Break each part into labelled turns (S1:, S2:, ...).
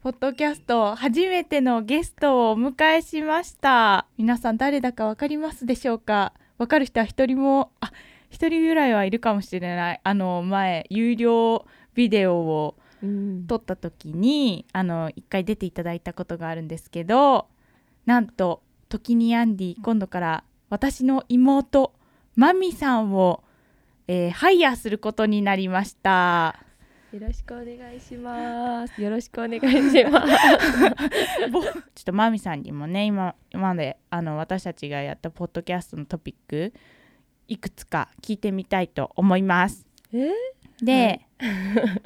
S1: ポッドキャスト初めてのゲストをお迎えしました皆さん誰だかわかりますでしょうかわかる人は一人もあ一人ぐらいはいるかもしれないあの前有料ビデオを
S2: うん
S1: 撮った時にあの一回出ていただいたことがあるんですけどなんと時にアンディ今度から私の妹マミさんを、えーハイヤーすることになりました
S2: よろしくお願いします。よろしくお願いします。
S1: ぼちょっとマミさんにもね今今まであの私たちがやったポッドキャストのトピックいくつか聞いてみたいと思います
S2: え
S1: で、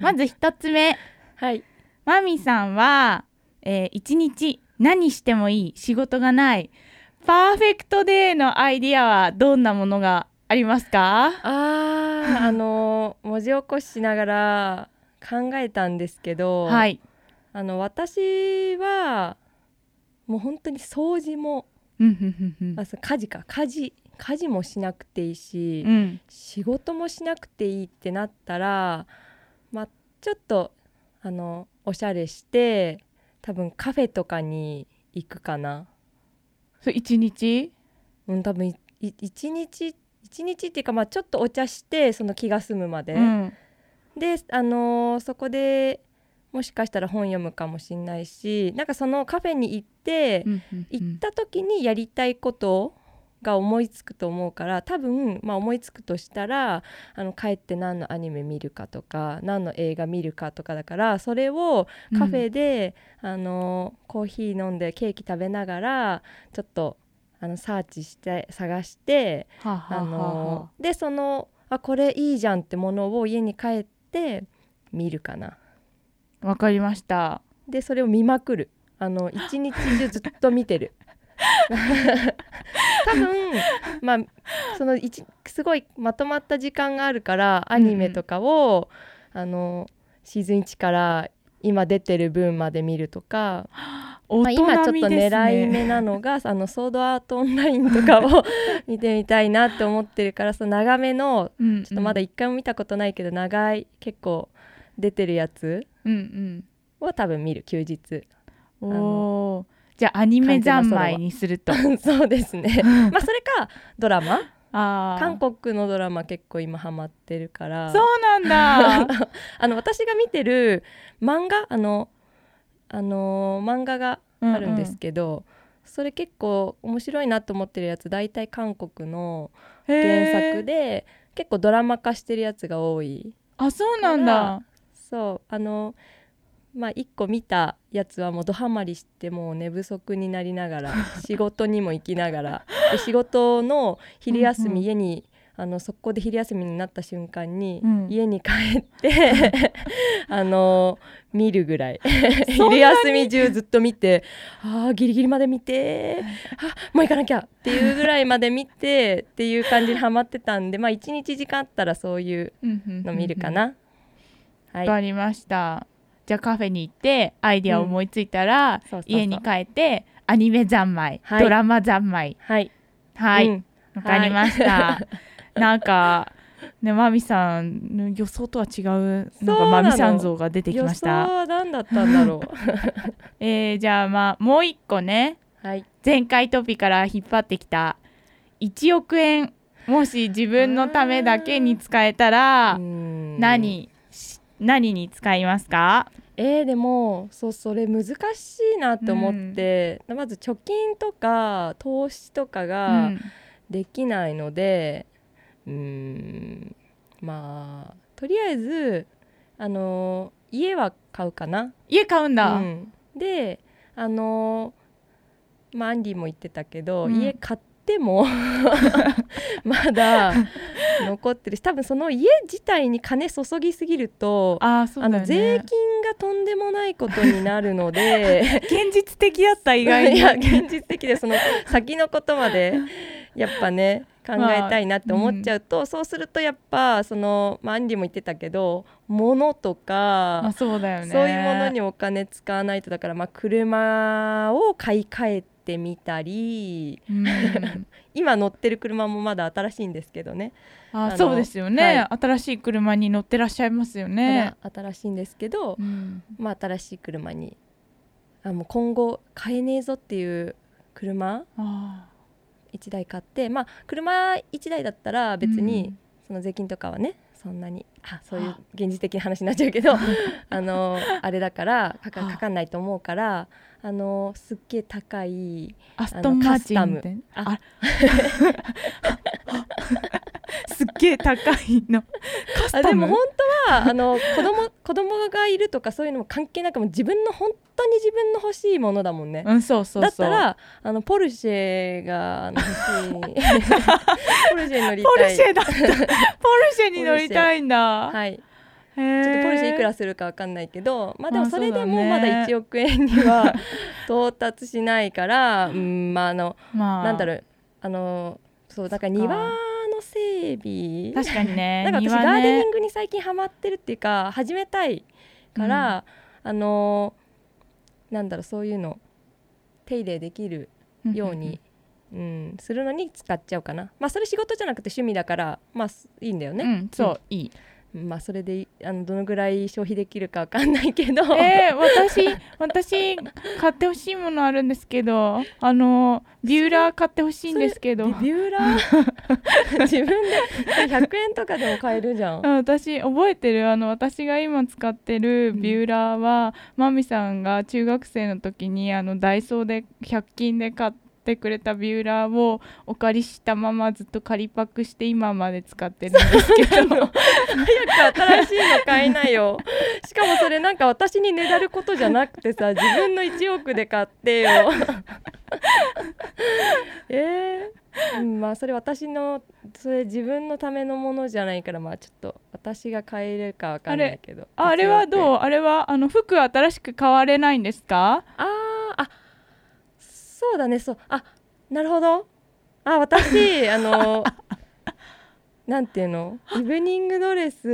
S1: まず一つ目
S2: はい。
S1: マミさんは、えー一日何してもいい仕事がないパーフェクトデーのアイディアはどんなものがありますか
S2: あ ーあの文字起こししながら考えたんですけど、
S1: はい、
S2: あの私はもう本当に掃除も、
S1: うんうんうん
S2: あそう家事か家事家事もしなくていいし、
S1: うんうん
S2: 仕事もしなくていいってなったら、まあ、ちょっとあのおしゃれして多分カフェとかに行くかな。
S1: そう一日
S2: うん、多分いい一日一日っていうか、まあ、ちょっとお茶してその気が済むまで、
S1: うん
S2: で、あのーそこでもしかしたら本読むかもしれないしなんかそのカフェに行って、
S1: うんうんうん
S2: 行った時にやりたいことが思いつくと思うから多分、まあ、思いつくとしたらあの帰って何のアニメ見るかとか何の映画見るかとかだからそれをカフェで、あのコーヒー飲んでケーキ食べながらちょっとあのサーチして探して、
S1: はあは
S2: あ
S1: あはあ
S2: のでそのあこれいいじゃんってものを家に帰って見るかな
S1: わかりました
S2: でそれを見まくるあ の一日中ずっと見てる多分まあその一すごいまとまった時間があるからアニメとかを、あのシーズン1から今出てる分まで見るとかまあ、
S1: 大
S2: 今ちょっ
S1: 人
S2: と
S1: みですね、
S2: 狙い目なのが あのソードアートオンラインとかを 見てみたいなって思ってるからその長めの
S1: うん
S2: ちょっとまだ一回も見たことないけど長い結構出てるやつ
S1: うん
S2: を多分見る休日
S1: うん
S2: あの
S1: おおじゃあアニメ三昧にする と
S2: そうですね まあそれかドラマ
S1: あー
S2: 韓国のドラマ結構今ハマってるから
S1: そうなん だ
S2: あの私が見てる漫画あのあのー漫画があるんですけど、それ結構面白いなと思ってるやつ大体韓国の
S1: うんうん
S2: 原
S1: へ
S2: 作
S1: ー
S2: で結構ドラマ化してるやつが多い
S1: あそうなんだ
S2: そうあのまあ1個見たやつはもうドハマりしてもう寝不足になりな がら仕事にも行きながらで仕事の昼
S1: う
S2: 休
S1: んう
S2: み
S1: ん
S2: 家にあのそこで昼休みになった瞬間に、
S1: うん
S2: 家に帰って あの見るぐらい
S1: そんな
S2: 昼
S1: に
S2: 休み中ずっと見てあーギリギリまで見てあもう行かなきゃっていうぐらいまで見てっていう感じにハマってたんでまあ1日時間あったらそういう
S1: の
S2: の見るかな。は
S1: わ
S2: い
S1: かりましたじゃあカフェに行ってアイディアを思いついたら、
S2: そうそうそう
S1: 家に帰ってアニメ三昧、
S2: はい
S1: ドラマ三昧
S2: はい。
S1: はい、
S2: うん
S1: わかりました、 なんかねマミさんの予想とは違う
S2: そ
S1: な
S2: うんな
S1: か
S2: の
S1: マミさん像が出てきまし
S2: 予想
S1: た
S2: は何だったんだろ
S1: えー、じゃあまあもう一個ね
S2: う。はい。
S1: 前回トピから引っ張ってきた1億円もし自分のためだけに使えたら
S2: 何？
S1: 何し何に使いますか
S2: えー、でもそうそれ難しいなと思って、まず貯金とか投資とか
S1: う
S2: が
S1: ん
S2: できないので、うーん、まあとりあえずあの家は買うかな。
S1: 家買うんだ、
S2: うん、で、あのまあアンディも言ってたけど、
S1: うん
S2: 家買っても まだ残ってるし多分その家自体に金注ぎすぎると
S1: あ
S2: あ、
S1: ーそうだよ
S2: の
S1: ね
S2: 税金がとんでもないことになるので
S1: 現実的だ った意外
S2: い
S1: に
S2: や現実的でその先のことまでやっぱね考えたいなって思っちゃうと、そうするとやっぱその、まあ、アンディも言ってたけど物とか
S1: まあ、そうだよね
S2: そういうものにお金使わないとだからまあ車を買い替えてみたり
S1: うん
S2: 今乗ってる車もまだ新しいんですけどね、
S1: あ
S2: あ
S1: ー
S2: の
S1: そうですよね、新しい車に乗ってらっしゃいますよね、
S2: まだ新しいんですけど、
S1: うん
S2: まあ、新しい車にあもう今後買えねえぞっていう車
S1: あ
S2: 1台買ってまあ車1台だったら別
S1: う
S2: に
S1: ん
S2: その税金とかはねそんなにあそういう現実的な話になっちゃう けどあのあれだからかか
S1: はあ
S2: かかんないと思うからあのすっげえ高い
S1: アストンマーチンみたいな
S2: あのカ
S1: あ すっげえ高いのカス
S2: あ
S1: タ
S2: で
S1: ム
S2: も本当はあの子供子供がいるとかそういうのも関係なくもう自分の本当に自分の欲しいものだもんね。
S1: うんそうそうそう
S2: だったらあのポルシェがあ の欲しいポルシェに乗り
S1: ポ
S2: た
S1: ル
S2: い
S1: シェだったポルシェに乗りたいんだ、
S2: はい
S1: ち
S2: ちょっとポルシェいくらするかわかんないけど、まあでもそれでもまだ1億円に は到達しないから、うん、まああの、
S1: まあ
S2: なんだろう、あの、そう、だから
S1: そっ
S2: 庭
S1: か
S2: の整備、
S1: 確かにね
S2: なんか
S1: 庭
S2: 私
S1: ね
S2: ガーデニングに最近ハマってるっていうか、始めたいから、あの、なんだろう、そういうの、手入れできるように、うん、するのに使っちゃうかな。まあそれ仕事じゃなくて趣味だから、まあいいんだよ
S1: う
S2: ね。
S1: んうんそういい
S2: まあそれでいあのどのぐらい消費できるかわかんないけど、
S1: えー、私私買ってほしいものあるんですけどあのビューラー買ってほしいんですけど
S2: ビビューラー 自分で100円とかでも買えるじゃん
S1: あ私覚えてるあの私が今使ってるビューラーは、マミさんが中学生の時にあのダイソーで100均で買ってくれたビューラーをお借りしたままずっと借りパクして今まで使ってるんです けど
S2: 早く新しいの買いなよしかもそれなんか私にねだることじゃなくてさ自分の1億で買ってよ えーうんまあそれ私のそれ自分のためのものじゃないからまあちょっと私が買えるかわかんないけど
S1: ああれは
S2: う
S1: どうあれはあの服新しく買われないんですか
S2: あーあそうだねそうあなるほどあ私 あのなんていうのイブニングドレ スイ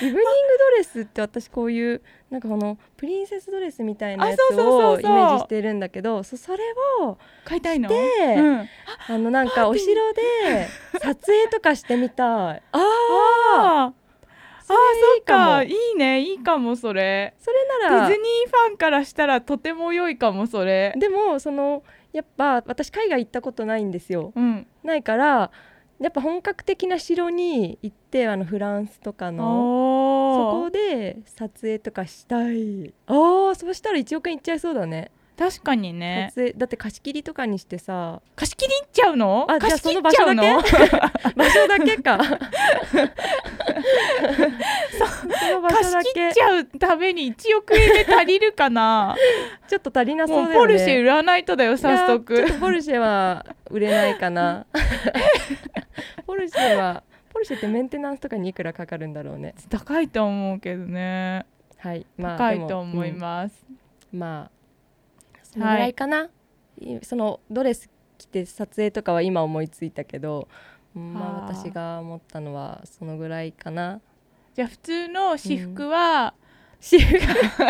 S2: ブニングドレスって私こういうなんかこのプリンセスドレスみたいなやつ
S1: あそうそうそう
S2: を
S1: そう
S2: イメージしてるんだけどそそれを
S1: 買いたいの
S2: で、
S1: うん、
S2: あのなんかお城で撮影とかしてみたい
S1: あああ
S2: それい
S1: そ
S2: い
S1: っ
S2: かも
S1: かいいねいいかもそれ
S2: それ
S1: デ
S2: なら
S1: ィズニーファンからしたらとても良いかもそれ
S2: でもそのやっぱ私海外行ったことないんですよ
S1: うん
S2: ないからやっぱ本格的な城に行ってあのフランスとかのそ
S1: お
S2: こ
S1: ー
S2: で撮影とかしたいあーそうしたら1億円いっちゃいそうだね
S1: 確かにね
S2: 撮影だって貸し切りとかにしてさ
S1: 貸し切りっちゃうの
S2: あじゃあ
S1: 貸し切っちゃうの
S2: その 場所だけかその場所だ
S1: 貸し切
S2: け
S1: っちゃうために1億円で足りるかな
S2: ちょっと足り なそうだ
S1: も
S2: よ
S1: う
S2: ね
S1: ポルシェ売らないとだよ
S2: いや
S1: 早
S2: ちょ
S1: 速
S2: っとポルシェは売れない かなポルシェはポルシェってメンテナンスとかにいくらかかるんだろうね
S1: 高いと思うけどね
S2: はいまあ
S1: 高
S2: で
S1: い
S2: も
S1: と思い
S2: うん
S1: ます
S2: まあそのぐらいかな、いそのドレス着て撮影とかは今思いついたけど、うんまあ、
S1: あー
S2: 私が思ったのはそのぐらいかな
S1: じゃあ普通の私服は
S2: 私服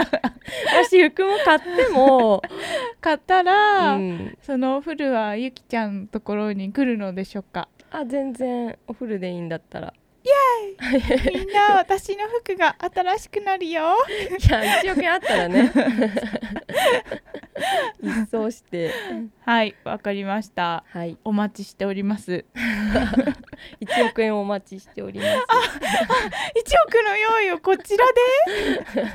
S2: 私服も買っても、
S1: 買った
S2: う
S1: ら
S2: ん、
S1: そのフルはゆきちゃんのところに来るのでしょう か
S2: あ全然おフルでいいんだったら
S1: みんな私の服が新しくなるよ。
S2: いや1億円あったらね一掃して
S1: はい、わかりました。
S2: はい
S1: お待ちしております。
S2: 1億円お待ちしておりま
S1: 一億の用意をこちらで。
S2: す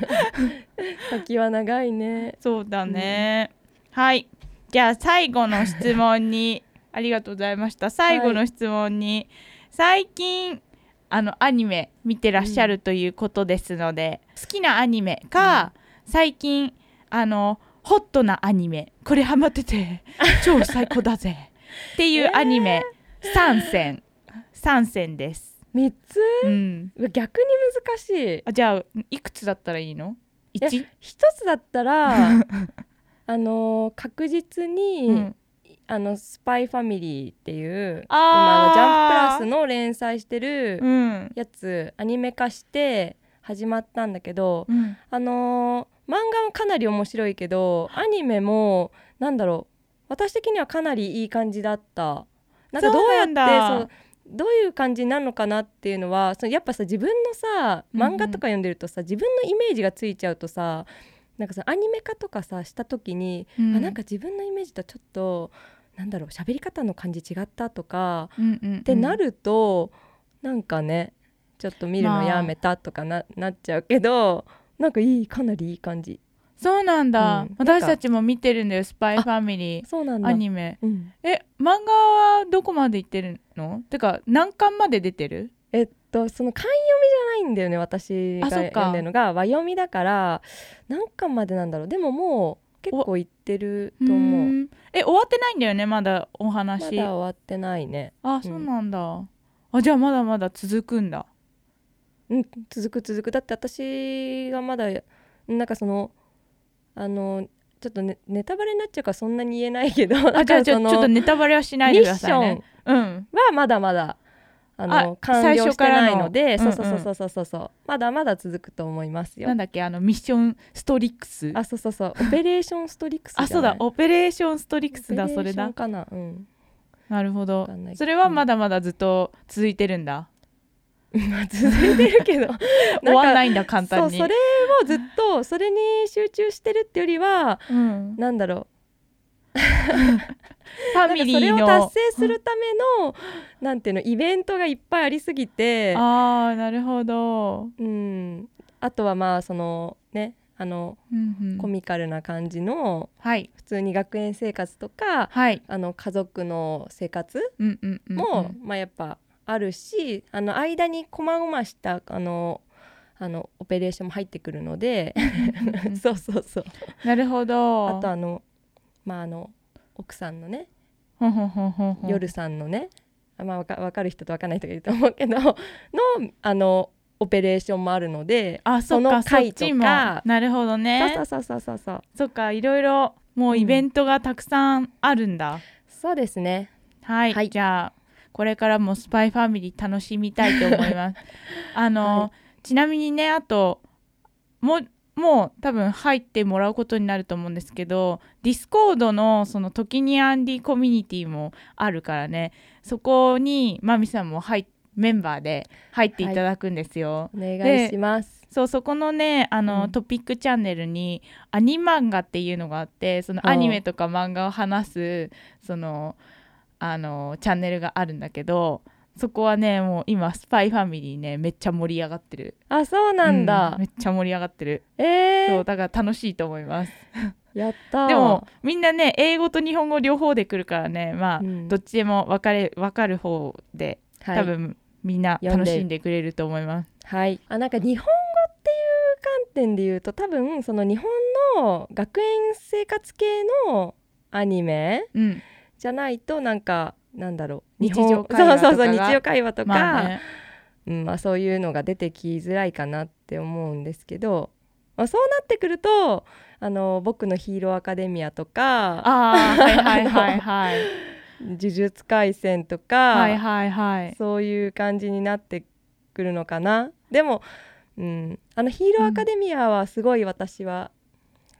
S2: 先は長いね
S1: そうだね。はい。じゃあ最後の質問に ありがとうございました。最後の質問に、最近あのアニメ見てらっしゃるということですので、好きなアニメか、最近あのホットなアニメこれハマって て超最高だぜっていうアニメ三選三選です。
S2: 3つ
S1: うん。
S2: うわ逆に難しい
S1: あじゃあいくつだったらいいの？
S2: いや
S1: 一？
S2: 一つだったら あのー確実に、
S1: うん。
S2: あのスパイファミリーっていう今
S1: あー
S2: あのジャンププラスの連載してる
S1: うん。
S2: やつ、アニメ化して始まったんだけど、
S1: うん。
S2: あのー漫画もかなり面白いけどアニメもなんだろう私的にはかなりいい感じだったなんかどう
S1: そう
S2: や
S1: な
S2: っ
S1: んだ
S2: てそうどういう感じになるのかなっていうのはそのやっぱさ自分のさ漫画とか読んでるとさ、自分のイメージがついちゃうとさなんかさアニメ化とかさした時に、
S1: うん
S2: あなんか自分のイメージとちょっとなんだろう喋り方の感じ違ったとか
S1: うんうんうん
S2: ってなると、なんかねちょっと見るのやめたとかな,、なっちゃうけどなんかいいかなりいい感じ
S1: そうなんだ、
S2: うん
S1: 私たちも見てるんだよ「スパイファミリー
S2: そうなん」だ
S1: アニメ
S2: うん、
S1: え漫画はどこまでいってるのてか何巻まで出てる
S2: えっとその漢読みじゃないんだよね私が
S1: あそっか
S2: 読んでるのが和読みだから何巻までなんだろうでももう結構いってると
S1: う
S2: 思う。
S1: ーんえ終わってないんだよねまだお
S2: まだ
S1: 話、
S2: 終わってないね。
S1: あそうなんだ、あじゃあまだまだ続くんだ
S2: うん、続く続くだって私がまだなんかそのあのちょっとねネタバレになっちゃうからそんなに言えないけど
S1: あ
S2: だ
S1: じ
S2: か
S1: ゃ
S2: ら
S1: あちょ
S2: そ
S1: ち
S2: の
S1: ょっとネタバレはしない
S2: ミ
S1: で
S2: ッ
S1: くだ
S2: シ
S1: さい
S2: ョン
S1: ねうん
S2: はまだまだあの
S1: あ
S2: 完了してないので
S1: 最初か
S2: そう
S1: らの
S2: そうそうそうそうそうまだまだ続くと思いますよ
S1: なんだっけあのミッションストリックス
S2: あそうそうそうオペレーションストリックス
S1: あそうだオペレーションストリックスだそれだ
S2: オペレーションかなうん
S1: なるほど
S2: わかんないけど
S1: それはまだまだずっと続いてるんだ
S2: まあ続いてるけどなんか
S1: 終わんないんだ 簡単に
S2: そうそれをずっとそれに集中してるってよりは
S1: うん
S2: なんだろ
S1: フ
S2: う
S1: ァ
S2: なん
S1: ミ
S2: か
S1: リ
S2: それ
S1: ー
S2: を
S1: の
S2: 達成するためのなんていうのイベントがいっぱいありすぎて
S1: ああなるほど、
S2: うんあとはまあそのねあの
S1: うんうん
S2: コミカルな感じの
S1: はい
S2: 普通に学園生活とか
S1: はい、
S2: あの家族の生活
S1: うんうんうんうん、
S2: も、まあ、やっぱあるしあの間に細々したあのあのオペレーションも入ってくるので そうそうそう
S1: なるほど
S2: あとあのまああの奥さんのね
S1: ほんほんほんほんほん
S2: 夜さんのね、あまあわかわかる人とわかんない人がいると思うけどのあのオペレーションもあるので
S1: あそ
S2: そ
S1: っか
S2: の
S1: そ
S2: 回
S1: っ
S2: と
S1: ちもな
S2: か
S1: るほどね
S2: そうそうそうそうそう
S1: そっかいろいろもうイベントがたくさんあるんだ、
S2: そうですね
S1: はい、
S2: はい
S1: じゃあこれからもスパイファミリー楽しみたいと思い ますあの、
S2: はい
S1: ちなみにねあともうもう多分入ってもらうことになると思うんですけどディスコードのその時にアンディコミュニティもあるからねそこにマミさんも入っメンバーで入っていただくんですよ、
S2: お願いします
S1: そうそこのねあの、
S2: うん
S1: トピックチャンネルにアニ漫画っていうのがあってその
S2: うん
S1: アニメとか漫画を話すそのあのチャンネルがあるんだけどそこはねもう今スパイファミリーねめっちゃ盛り上がってる
S2: あそうなん
S1: う
S2: だ、
S1: めっちゃ盛り上がってる
S2: え
S1: そう
S2: ー、
S1: だから楽しいと思います
S2: やったー
S1: でもみんなね英語と日本語両方で来るからねまあ、
S2: うん
S1: どっちでも分かれ分かる方で
S2: はい
S1: 多分みんな楽しんでくれると思います、
S2: はい、あなんか日本語っていう観点で言うと多分その日本の学園生活系のアニメ
S1: うん
S2: じゃないとなんかなんだろう
S1: 日常会話とかが
S2: そうそうそう日常会話とか、
S1: まあね
S2: うんまあ、そういうのが出てきづらいかなって思うんですけど、まあ、そうなってくるとあの僕のヒーローアカデミアとか
S1: ああはいはいはいはい
S2: 呪術廻戦とか、
S1: はいはいはい
S2: そういう感じになってくるのかなでも、うん、あのヒーローアカデミアはすごい私は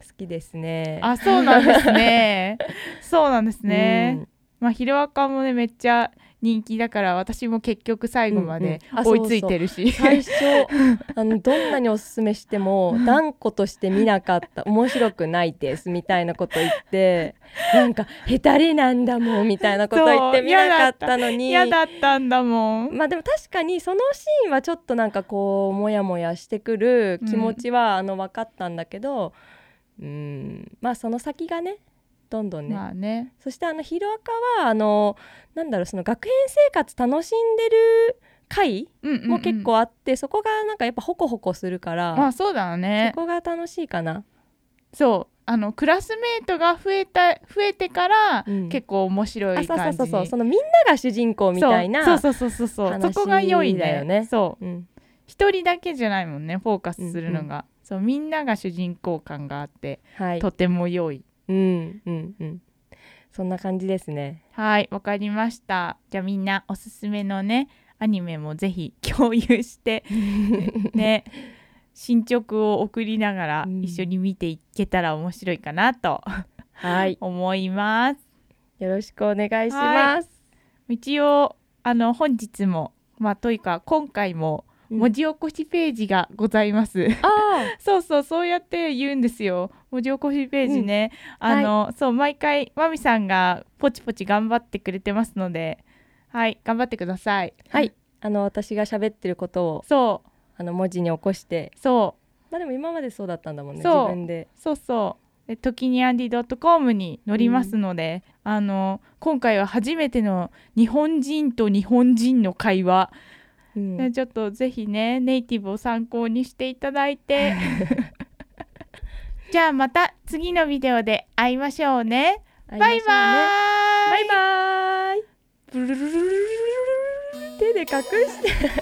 S2: 好きですね。
S1: あそうなんです ねそうなんですね、
S2: うん
S1: まあヒロアカもねめっちゃ人気だから私も結局最後まで
S2: うんうんあ
S1: 追いついてるし、
S2: 最 初あのどんなにおすすめしても断固として見なかった面白くないですみたいなこと 言ってなんかへたれなんだもんみたいなこと言っ
S1: そ
S2: て
S1: う
S2: 見なかったの に
S1: 嫌だったんだもん
S2: まあでも確かにそのシーンはちょっとなんかこうモヤモヤしてくる気持ちはあの分かったんだけど、うん、まあその先がねどんどんね、
S1: まあね
S2: そしてあのヒロアカはあのなんだろうその学園生活楽しんでる回
S1: うんうんうん
S2: も結構あって、そこがなんかやっぱホコホコするから、
S1: まあそうだよね
S2: そこが楽しいかな。
S1: そうあのクラスメートが増えた増えてから、
S2: うん
S1: 結構面白
S2: あ
S1: い
S2: そうそう
S1: 感じ
S2: そうそうそのみんなが主人公みたいな
S1: そうそうそうそうそうそ
S2: 話
S1: こが良い
S2: だよね
S1: そう
S2: うん
S1: 一人だけじゃないもんねフォーカスするの
S2: うん
S1: が、そうみんなが主人公感があって、
S2: はい
S1: とても良い
S2: うんうんうんそんな感じですね。
S1: はいわかりましたじゃあみんなおすすめのねアニメもぜひ共有 してね進捗を送りながら
S2: うん
S1: 一緒に見ていけたら面白いかなと
S2: はい
S1: 思います
S2: よろしくお願いします。
S1: 一応あの本日もまあというか今回も
S2: うん
S1: 文字起こしページがございます、
S2: あ
S1: そうそうそうやって言うんですよ文字起こしページね、
S2: うん
S1: あの、そう毎回まみさんがポチポチ頑張ってくれてますのではい頑張ってください
S2: あはいあの私が喋ってることを
S1: そ
S2: あの文字に起こして
S1: うそう
S2: まあでも今までそうだったんだもんね自
S1: そう
S2: 分で
S1: そうそう。で時にアンディドットコムに載りますので、あの今回は初めての日本人と日本人の会話、
S2: うん
S1: でちょっとぜひねネイティブを参考にしていただい てじゃあまた次のビデオで会いましょうね
S2: 会
S1: バイ
S2: いましょうね
S1: バーイ
S2: バイバーイ
S1: ブルルルルルルルル
S2: 手で隠して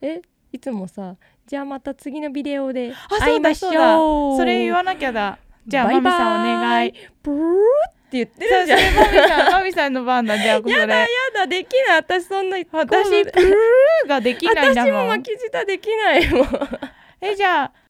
S2: えいつもさじゃあまた次のビデオで
S1: あ
S2: 会
S1: そ
S2: いうま
S1: だ
S2: し
S1: そうだ
S2: ょう
S1: それ言わなきゃだじゃあ
S2: バ
S1: マ
S2: イ
S1: ミ
S2: バーイ
S1: さんお願い
S2: ブルーって言ってるじゃん
S1: そうそれマミさんマミさんの番だじゃあこれ
S2: やだやだできない私そんな
S1: 私
S2: こう
S1: プルルルができないんだ
S2: 私
S1: も
S2: も
S1: ん
S2: 巻き舌できないもん
S1: えじゃあ